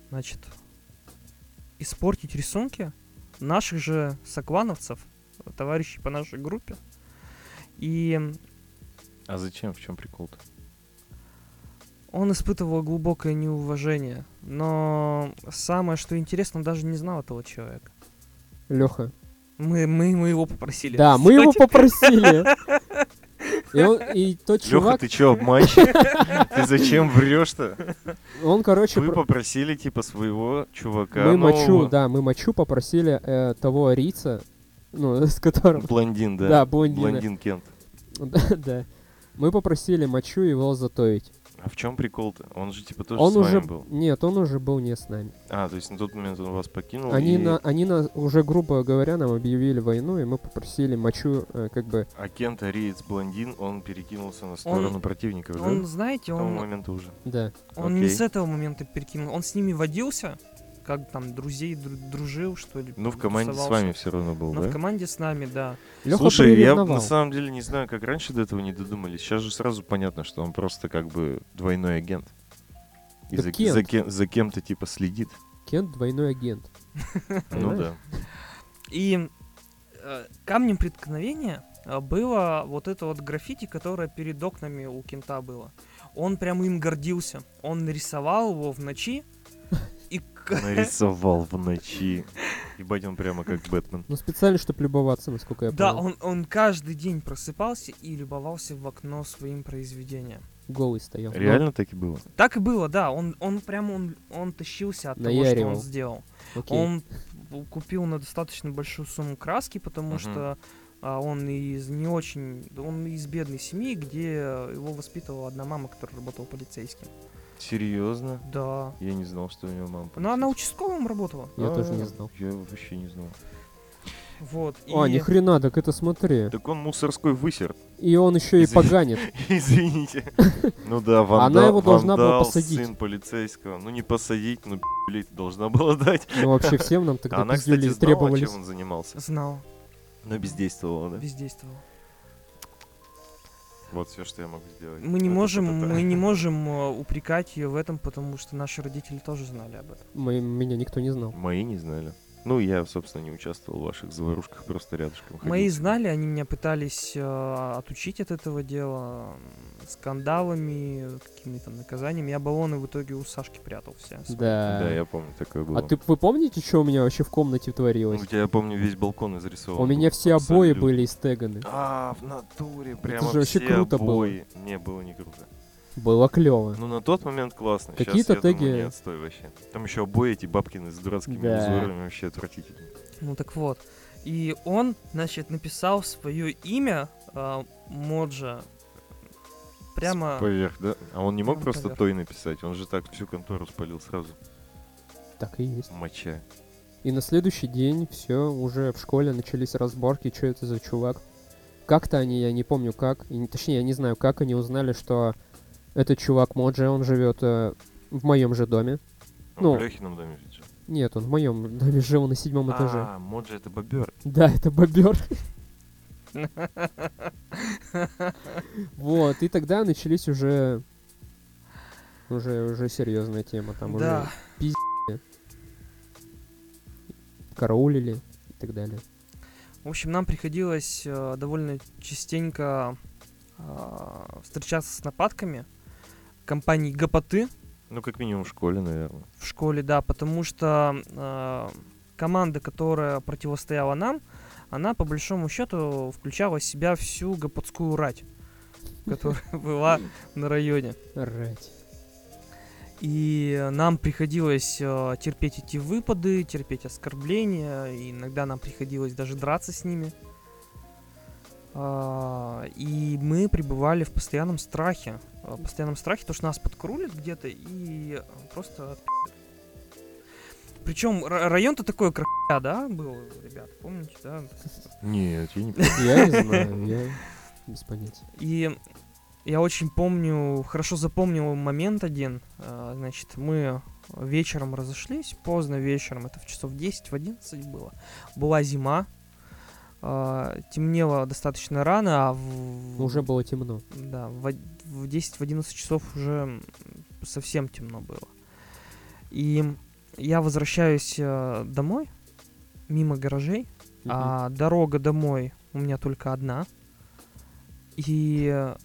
S2: значит, испортить рисунки наших же соклановцев, товарищей по нашей группе. И
S3: А зачем? В чем прикол-то?
S2: он испытывал глубокое неуважение. Но самое, что интересно, он даже не знал этого человека.
S4: Леха.
S2: Мы, мы, мы его попросили.
S4: Да, мы его
S2: сделать.
S4: попросили. И, он- и тот
S3: Леха,
S4: чувак,
S3: ты че, обманщик? Ты зачем врешь-то?
S4: он, короче,
S3: Вы
S4: про-
S3: попросили, типа, своего чувака. ну,
S4: мы мочу,
S3: нового.
S4: да, мы мочу попросили э, того арица, ну, с которым
S3: Блондин, да.
S4: Да, блондина.
S3: Блондин Кент.
S4: Да, да. Мы попросили мочу его затоить.
S3: А в чем прикол-то? Он же типа тоже
S4: он
S3: с
S4: уже
S3: вами был.
S4: нет, он уже был не с нами.
S3: А, то есть на тот момент он вас покинул.
S4: Они
S3: Ну и-
S4: на, они на уже грубо говоря нам объявили войну и мы попросили мочу э, как бы
S3: А Кент Ариец блондин, он перекинулся на сторону противника, да?
S2: Он, знаете,
S3: К тому
S2: он,
S3: моменту уже.
S4: да.
S2: Он не
S3: Окей.
S2: с этого момента перекинул. Он с ними водился, как там, друзей дру- дружил, что ли.
S3: Ну, в команде с
S2: тусовался.
S3: вами все равно был,
S2: Но
S3: да?
S2: в команде с нами, да.
S4: Леха
S3: Ну, Слушай, я
S4: приревновал.
S3: на самом деле не знаю, как раньше до этого не додумались. Сейчас же сразу понятно, что он просто как бы двойной агент. И
S4: Да
S3: за,
S4: Кент.
S3: за кем, за кем-то типа следит.
S4: Кент двойной агент.
S3: Ну да.
S2: И э, камнем преткновения э, было вот это вот граффити, которое перед окнами у Кента было. Он прям им гордился. Он нарисовал его в ночи. И к-
S3: Нарисовал в ночи. Ебать, он прямо как Бэтмен.
S4: Ну специально, чтобы любоваться, насколько я
S2: да,
S4: понял.
S2: он, он каждый день просыпался и любовался в окно своим произведением.
S4: голый стоял.
S3: Реально так и было?
S2: Так и было, да. Он, он прям он, он тащился от того, что
S4: Наяривал.
S2: он сделал.
S4: Ну, окей.
S2: Он п- купил на достаточно большую сумму краски, потому
S3: Мгм.
S2: что а, он из не очень, да он из бедной семьи, где э, его воспитывала одна мама, которая работала полицейским.
S3: Серьезно?
S2: Да.
S3: Я не знал, что у него мама
S2: Но Ну,
S3: полицейская.
S2: она участковым работала.
S4: Я тоже не
S3: А,
S4: знал.
S3: Ну, Я вообще не знал.
S2: Вот. э, и-
S4: А, ни хрена, так это смотри.
S3: Так он мусорской высер.
S4: И он еще и
S3: Извини.
S4: поганит.
S3: Извините. Ну да, вандал,
S4: Она его должна была
S3: вандал,
S4: посадить.
S3: сын полицейского. Ну не посадить, ну пи***лей ты должна была дать.
S4: Ну вообще всем нам тогда
S3: Она,
S4: пиздюли
S3: кстати,
S4: и
S3: знала,
S4: требовались.
S3: чем он занимался.
S2: Знал,
S3: Но бездействовала, да?
S2: бездействовал.
S3: Вот все, что я могу сделать.
S2: Мы не
S3: Вот
S2: можем,
S3: это да.
S2: мы не можем э, упрекать ее в этом, потому что наши родители тоже знали об этом.
S4: Мы- Меня никто не знал.
S3: Мои не знали. Ну, я, собственно, не участвовал в ваших заварушках, просто рядышком ходил.
S2: Мои знали, они меня пытались э, отучить от этого дела. скандалами, какими-то там наказаниями. Я баллоны в итоге у Сашки прятал все. свои.
S4: Да.
S3: Да, я помню, такое было.
S4: А ты, вы помните, что у меня вообще в комнате
S3: Ну,
S4: творилось?
S3: У тебя, я помню, весь балкон изрисован.
S4: У меня
S3: был.
S4: все обои
S3: Абсолютно.
S4: были истеганы.
S3: А, в натуре прямо
S4: же вообще
S3: все
S4: круто
S3: обои. Не, было не круто.
S4: Было клево.
S3: Ну, на тот момент классно. Сейчас,
S4: Какие-то
S3: я думаю,
S4: теги-
S3: не отстой вообще. Там еще обои эти бабкины с дурацкими
S4: Да.
S3: узорами вообще отвратительно.
S2: Ну так вот. И он, значит, написал свое имя а, Моджа прямо...
S3: Поверх, да? А он не мог
S2: Прям
S3: просто
S2: поверх.
S3: той написать? Он же так всю контору спалил сразу.
S4: Так и есть.
S3: Моча.
S4: И на следующий день все, уже в школе начались разборки, что это за чувак. Как-то они, я не помню как, и не- точнее, я не знаю, как они узнали, что этот чувак Моджи, он живет э, в моем же доме.
S3: Он
S4: Ну.
S3: в Лехином доме ведь жил.
S4: Нет, он в моем доме жил на седьмом этаже.
S3: А, Моджи это бобер.
S4: Да, это бобер. Вот, и тогда начались уже уже уже серьезная тема, там уже
S2: да.
S4: караулили и так далее.
S2: В общем, нам приходилось э, довольно частенько а, встречаться с нападками компании Гопоты
S3: Ну, как минимум в школе, наверное.
S2: в школе, да, потому что а, команда, которая противостояла нам, она по большому счету включала в себя всю гопотскую рать, которая была на районе.
S4: Рать.
S2: И нам приходилось э, терпеть эти выпады, терпеть оскорбления, и иногда нам приходилось даже драться с ними. А, И мы пребывали в постоянном страхе. э, постоянном страхе, потому что нас подкрулят где-то и э, просто Причем район-то такой края, да, был, ребят, помните, да?
S3: Нет, я не помню.
S4: Я не знаю, я без понятия.
S2: И я очень помню, хорошо запомнил момент один. А, Значит, мы вечером разошлись, поздно вечером, это в часов 10, в 11 было. Была зима, а, темнело достаточно рано, а в...
S4: Ну, Уже было темно.
S2: Да, в, од- в 10-11 часов уже м, совсем темно было. И я возвращаюсь э, домой, мимо гаражей, а дорога домой у меня только одна. И э,
S4: Мгм.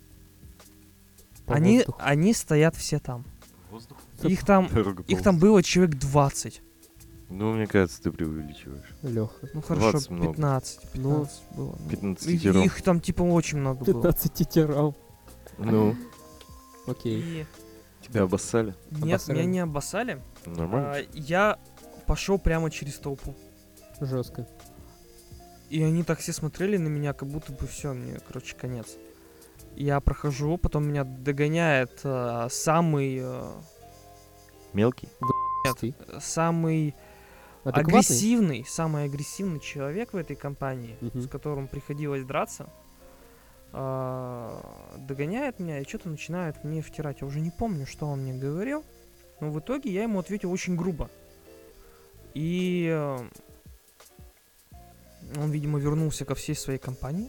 S4: По
S2: они,
S4: воздуху.
S2: они стоят все там.
S3: Воздух.
S2: Их там,
S3: Дорога
S2: их там было человек 20.
S3: Ну, мне кажется, ты преувеличиваешь.
S4: Лёха.
S2: Ну хорошо,
S3: 20 много.
S2: 15. 15
S4: Ну,
S2: было. ну.
S3: 15
S2: И-
S3: тиров.
S2: Их там типа очень много было.
S4: 15 тирал.
S3: Ну,
S4: Окей.
S2: И
S3: тебя обоссали.
S2: нет,
S4: Обосрали.
S2: меня не обоссали.
S3: Нормально.
S2: А, я пошел прямо через толпу.
S4: Жестко.
S2: И они так все смотрели на меня, как будто бы все, мне, короче, конец. Я прохожу, потом меня догоняет э, самый, э,
S3: Мелкий.
S2: Нет.
S4: Ты
S2: самый
S4: адекватный?
S2: агрессивный, самый агрессивный человек в этой компании,
S4: Мгм.
S2: с которым приходилось драться. А, догоняет меня и что-то начинает мне втирать. Я уже не помню, что он мне говорил, но в итоге я ему ответил очень грубо. И э, он, видимо, вернулся ко всей своей компании,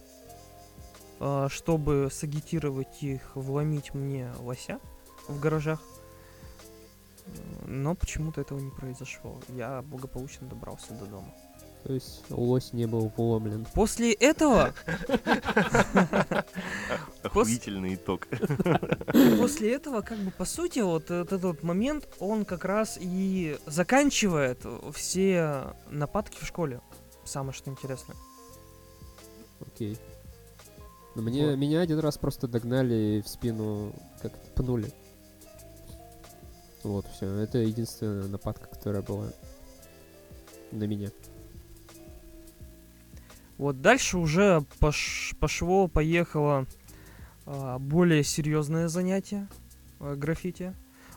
S2: а, чтобы сагитировать их, вломить мне лося в гаражах. Но почему-то этого не произошло. Я благополучно добрался до дома.
S4: То есть лось не был вломлен.
S2: После этого,
S3: Охуительный итог.
S2: после этого, как бы по сути, вот этот вот момент, он как раз и заканчивает все нападки в школе. Самое что интересное.
S4: Окей. Но мне,
S2: Вот.
S4: Меня один раз просто догнали и в спину как то пнули. Вот, все. Это единственная нападка, которая была на меня.
S2: Вот дальше уже пош- пошло, поехало а, более серьезное занятие а, граффити.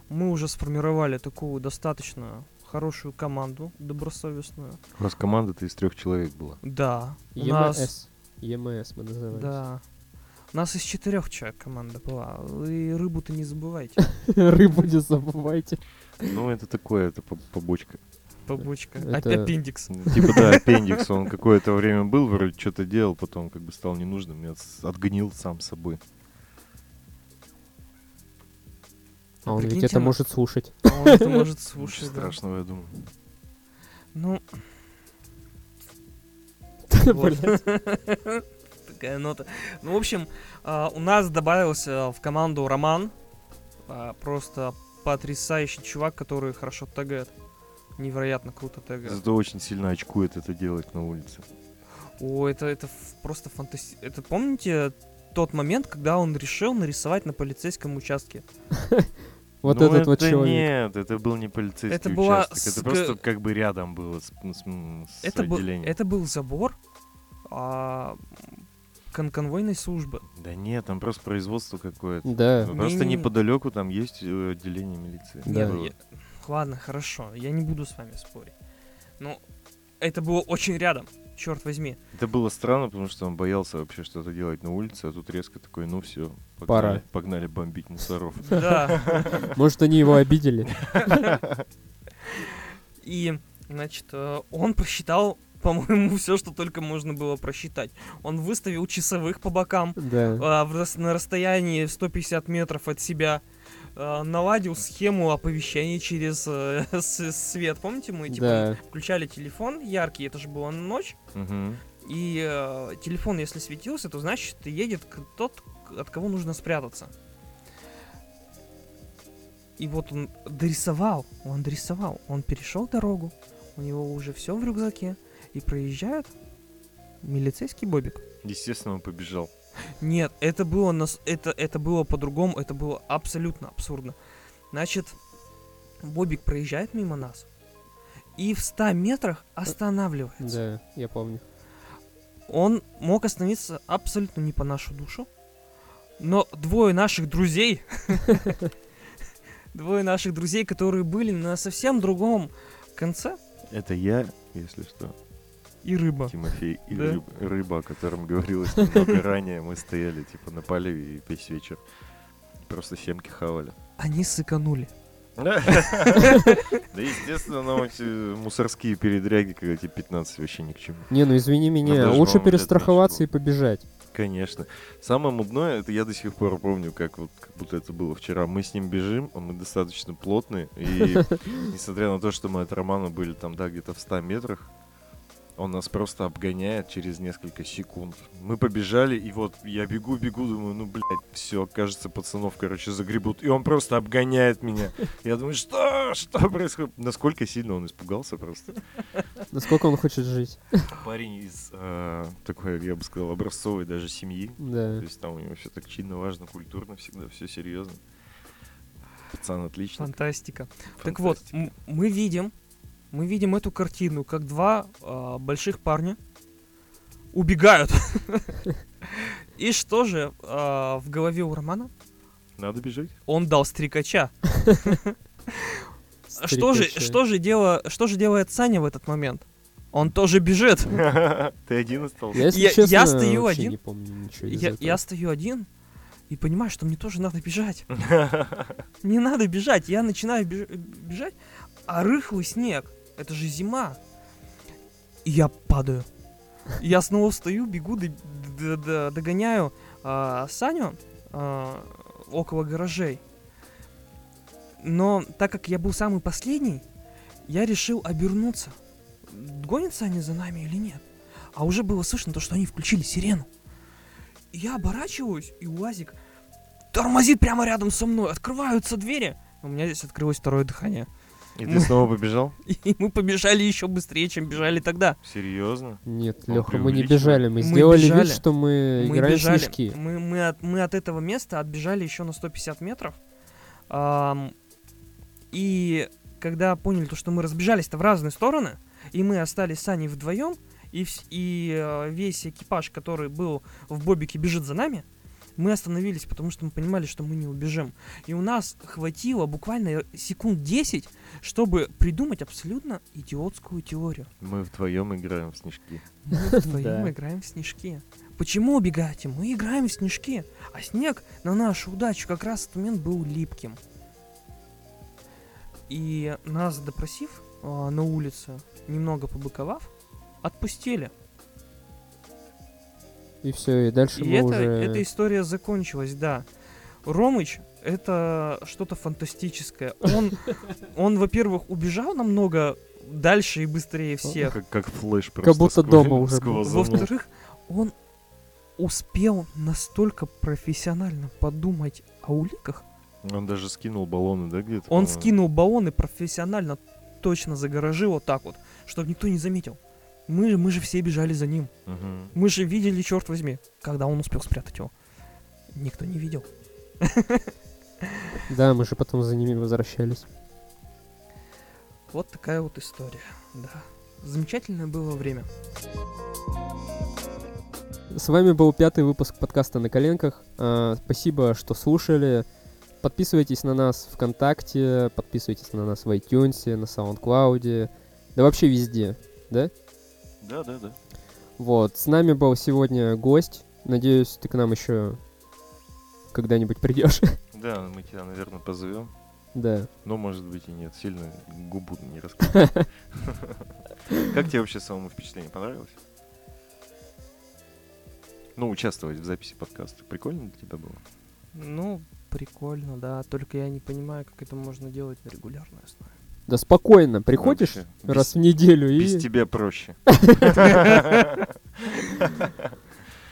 S2: Мы уже сформировали такую достаточно хорошую команду, добросовестную.
S3: У нас команда-то из трех человек была.
S2: Да, у нас
S4: ЕМС. ЕМС мы назывались.
S2: Да. У нас из четырех человек команда была. И рыбу-то не забывайте.
S4: Рыбу не забывайте.
S3: Ну, это такое, это по- побочка.
S2: Побочка.
S4: Это-
S2: Опять аппендикс.
S3: Ну, Типа, да, аппендикс, он какое-то время был, вроде что-то делал, потом как бы стал ненужным и отс- отгнил сам собой.
S4: А он ведь
S2: Прикиньте,
S4: это
S2: ну,
S4: может слушать.
S2: а Он это может
S3: Ничего
S2: слушать. да.
S3: страшного, я думаю.
S2: Ну,
S4: Да,
S2: вот.
S4: блядь.
S2: Ты Какая нота. Ну, в общем, а, у нас добавился в команду Роман. А, Просто потрясающий чувак, который хорошо тегает. Невероятно круто тегает.
S3: Зато очень сильно очкует это делать на улице.
S2: О, это, это ф- просто фантастично. Это помните тот момент, когда он решил нарисовать на полицейском участке?
S4: Вот
S3: Ну,
S4: этот вот
S3: это
S4: человек.
S3: Нет, это был не полицейский
S2: Это была
S3: участок. Это
S2: ск-
S3: просто как бы рядом было с, м, с, м, с
S2: Это был,
S3: отделением.
S2: это был забор а, кон- конвойной службы.
S3: Да нет, там просто производство какое-то. Ну,
S4: Да.
S3: Просто
S2: Не-не-не.
S3: неподалеку там есть э, отделение милиции.
S4: Да.
S2: Я-
S3: Было.
S2: я- Ладно, хорошо, я не буду с вами спорить. Но это было очень рядом, черт возьми.
S3: Это было странно, потому что он боялся вообще что-то делать на улице, а тут резко такой, ну все, погнали,
S4: Пора.
S3: погнали бомбить мусоров.
S2: Да.
S4: Может, они его обидели?
S2: И, значит, э, он просчитал, по-моему, все, что только можно было просчитать. Он выставил часовых по бокам
S4: Да.
S2: а, в рас- на расстоянии в 150 метров от себя. а, Наладил схему оповещения через э, с- свет. Помните, мы типа
S4: Да.
S2: включали телефон яркий, это же была ночь.
S3: Мгм.
S2: И э, телефон, если светился, то значит едет к- тот, к- от кого нужно спрятаться. И вот он дорисовал, он дорисовал, он перешел дорогу, у него уже все в рюкзаке, и проезжает милицейский бобик.
S3: Естественно, он побежал.
S2: Нет, это было нас, это это было по-другому, это было абсолютно абсурдно. Значит, бобик проезжает мимо нас и в 100 метрах останавливается.
S4: Да, я помню.
S2: он мог остановиться абсолютно не по нашу душу. Но двое наших друзей, двое наших друзей, которые были на совсем другом конце,
S3: Это я, если что,
S2: и рыба.
S3: Тимофей и
S2: Да.
S3: рыб- рыба, о котором говорилось немного ранее. Мы стояли типа на поливе и весь вечер просто семки хавали.
S2: Они сыканули.
S3: Да, естественно, нам эти мусорские передряги, когда тебе 15 вообще ни к чему.
S4: Не, ну извини
S3: Ну,
S4: меня,
S3: даже,
S4: лучше
S3: по-моему, лет
S4: перестраховаться и
S3: меньше
S4: побежать.
S3: Конечно. Самое мудное, это я до сих пор помню, как вот как будто это было вчера. Мы с ним бежим, а мы достаточно плотные. И несмотря на то, что мы от Романа были там, да, где-то в 100 метрах, он нас просто обгоняет через несколько секунд. Мы побежали, и вот я бегу-бегу, думаю, ну, блядь, все, кажется, пацанов, короче, загребут. И он просто обгоняет меня. Я думаю, что? Что происходит? Насколько сильно он испугался просто.
S4: Насколько он хочет жить.
S3: Парень из э, такой, я бы сказал, образцовой даже семьи.
S4: Да.
S3: То есть там у него все так чинно, важно, культурно всегда, все серьезно. Пацан отлично.
S2: Фантастика. Так вот, м- мы видим, мы видим эту картину, как два а, больших парня убегают. И что же а, в голове у Романа?
S3: Надо бежать.
S2: Он дал стрекача. А Что же,
S4: Стрекача.
S2: что, же дело, что же делает Саня в этот момент? Он тоже бежит.
S3: Ты один
S4: Я,
S3: остался.
S4: если
S2: я- я
S4: честно,
S2: стою
S4: вообще
S2: один.
S4: не помню ничего из
S2: Я,
S4: этого.
S2: я стою один и понимаю, что мне тоже надо бежать. Не надо бежать. Я начинаю беж- бежать, а рыхлый снег. Это же зима. И я падаю. Я снова встаю, бегу, д- д- д- догоняю а, Саню а, около гаражей. Но так как я был самый последний, я решил обернуться. Гонятся они за нами или нет? А уже было слышно то, что они включили сирену. И Я оборачиваюсь, и УАЗик тормозит прямо рядом со мной. Открываются двери. У меня здесь открылось второе дыхание.
S3: И
S2: Мы-
S3: ты снова побежал?
S2: И мы побежали еще быстрее, чем бежали тогда.
S3: Серьезно?
S4: Нет,
S3: Он
S4: Леха, мы не
S3: преувеличивает.
S4: бежали, мы
S2: Мы
S4: сделали
S2: бежали.
S4: вид, что мы,
S2: мы
S4: играем в
S2: бежали.
S4: снежки.
S2: Мы, мы, от, мы от этого места отбежали еще на 150 метров. Ам, и когда поняли, то, что мы разбежались-то в разные стороны, и мы остались с Аней вдвоем, и, вс- и э, весь экипаж, который был в Бобике, бежит за нами, мы остановились, потому что мы понимали, что мы не убежим. И у нас хватило буквально секунд 10, чтобы придумать абсолютно идиотскую теорию.
S3: Мы вдвоем играем в снежки.
S2: Мы вдвоем
S4: Да.
S2: играем в снежки. Почему убегаете? Мы играем в снежки. А снег на нашу удачу как раз в этот момент был липким. И нас допросив а, на улице, немного побыковав, отпустили.
S4: И все, и дальше
S2: И
S4: мы
S2: это,
S4: уже...
S2: эта история закончилась, да. Ромыч это что-то фантастическое. Он, он, во-первых, убежал намного дальше и быстрее всех.
S3: Как, как флеш просто.
S4: будто
S3: сквозь-
S4: дома уже был.
S3: сквозанул.
S2: Во-вторых, он успел настолько профессионально подумать о уликах.
S3: Он даже скинул баллоны, да, где-то?
S2: Он
S3: по-моему?
S2: скинул баллоны профессионально, точно за гаражи вот так вот, чтобы никто не заметил. Мы, мы же все бежали за ним.
S3: Мгм.
S2: Мы же видели, черт возьми, когда он успел спрятать его. Никто не видел.
S4: Да, мы же потом за ними возвращались.
S2: Вот такая вот история, да. Замечательное было время.
S4: С вами был пятый выпуск подкаста «На коленках». А, Спасибо, что слушали. Подписывайтесь на нас ВКонтакте, подписывайтесь на нас в iTunes, на SoundCloud, да вообще везде.
S3: Да, да, да.
S4: Вот, с нами был сегодня гость. Надеюсь, ты к нам еще когда-нибудь придешь.
S3: Да, мы тебя, наверное, позовем.
S4: да.
S3: Но, Ну, может быть, и нет. Сильно губу не раскрывай. Как тебе вообще самому впечатление? Понравилось? Ну, участвовать в записи подкаста. Прикольно для тебя было?
S2: Ну, прикольно, да. Только я не понимаю, как это можно делать на регулярной основе.
S4: Да спокойно, приходишь
S3: Вообще, без-
S4: раз в неделю и...
S3: Без тебя проще.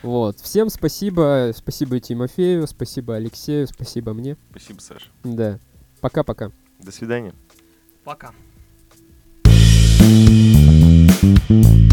S4: Вот. Всем спасибо. Спасибо Тимофею, спасибо Алексею, спасибо мне.
S3: Спасибо, Саша.
S4: Да. Пока-пока.
S3: До свидания.
S2: Пока.
S1: Thank you.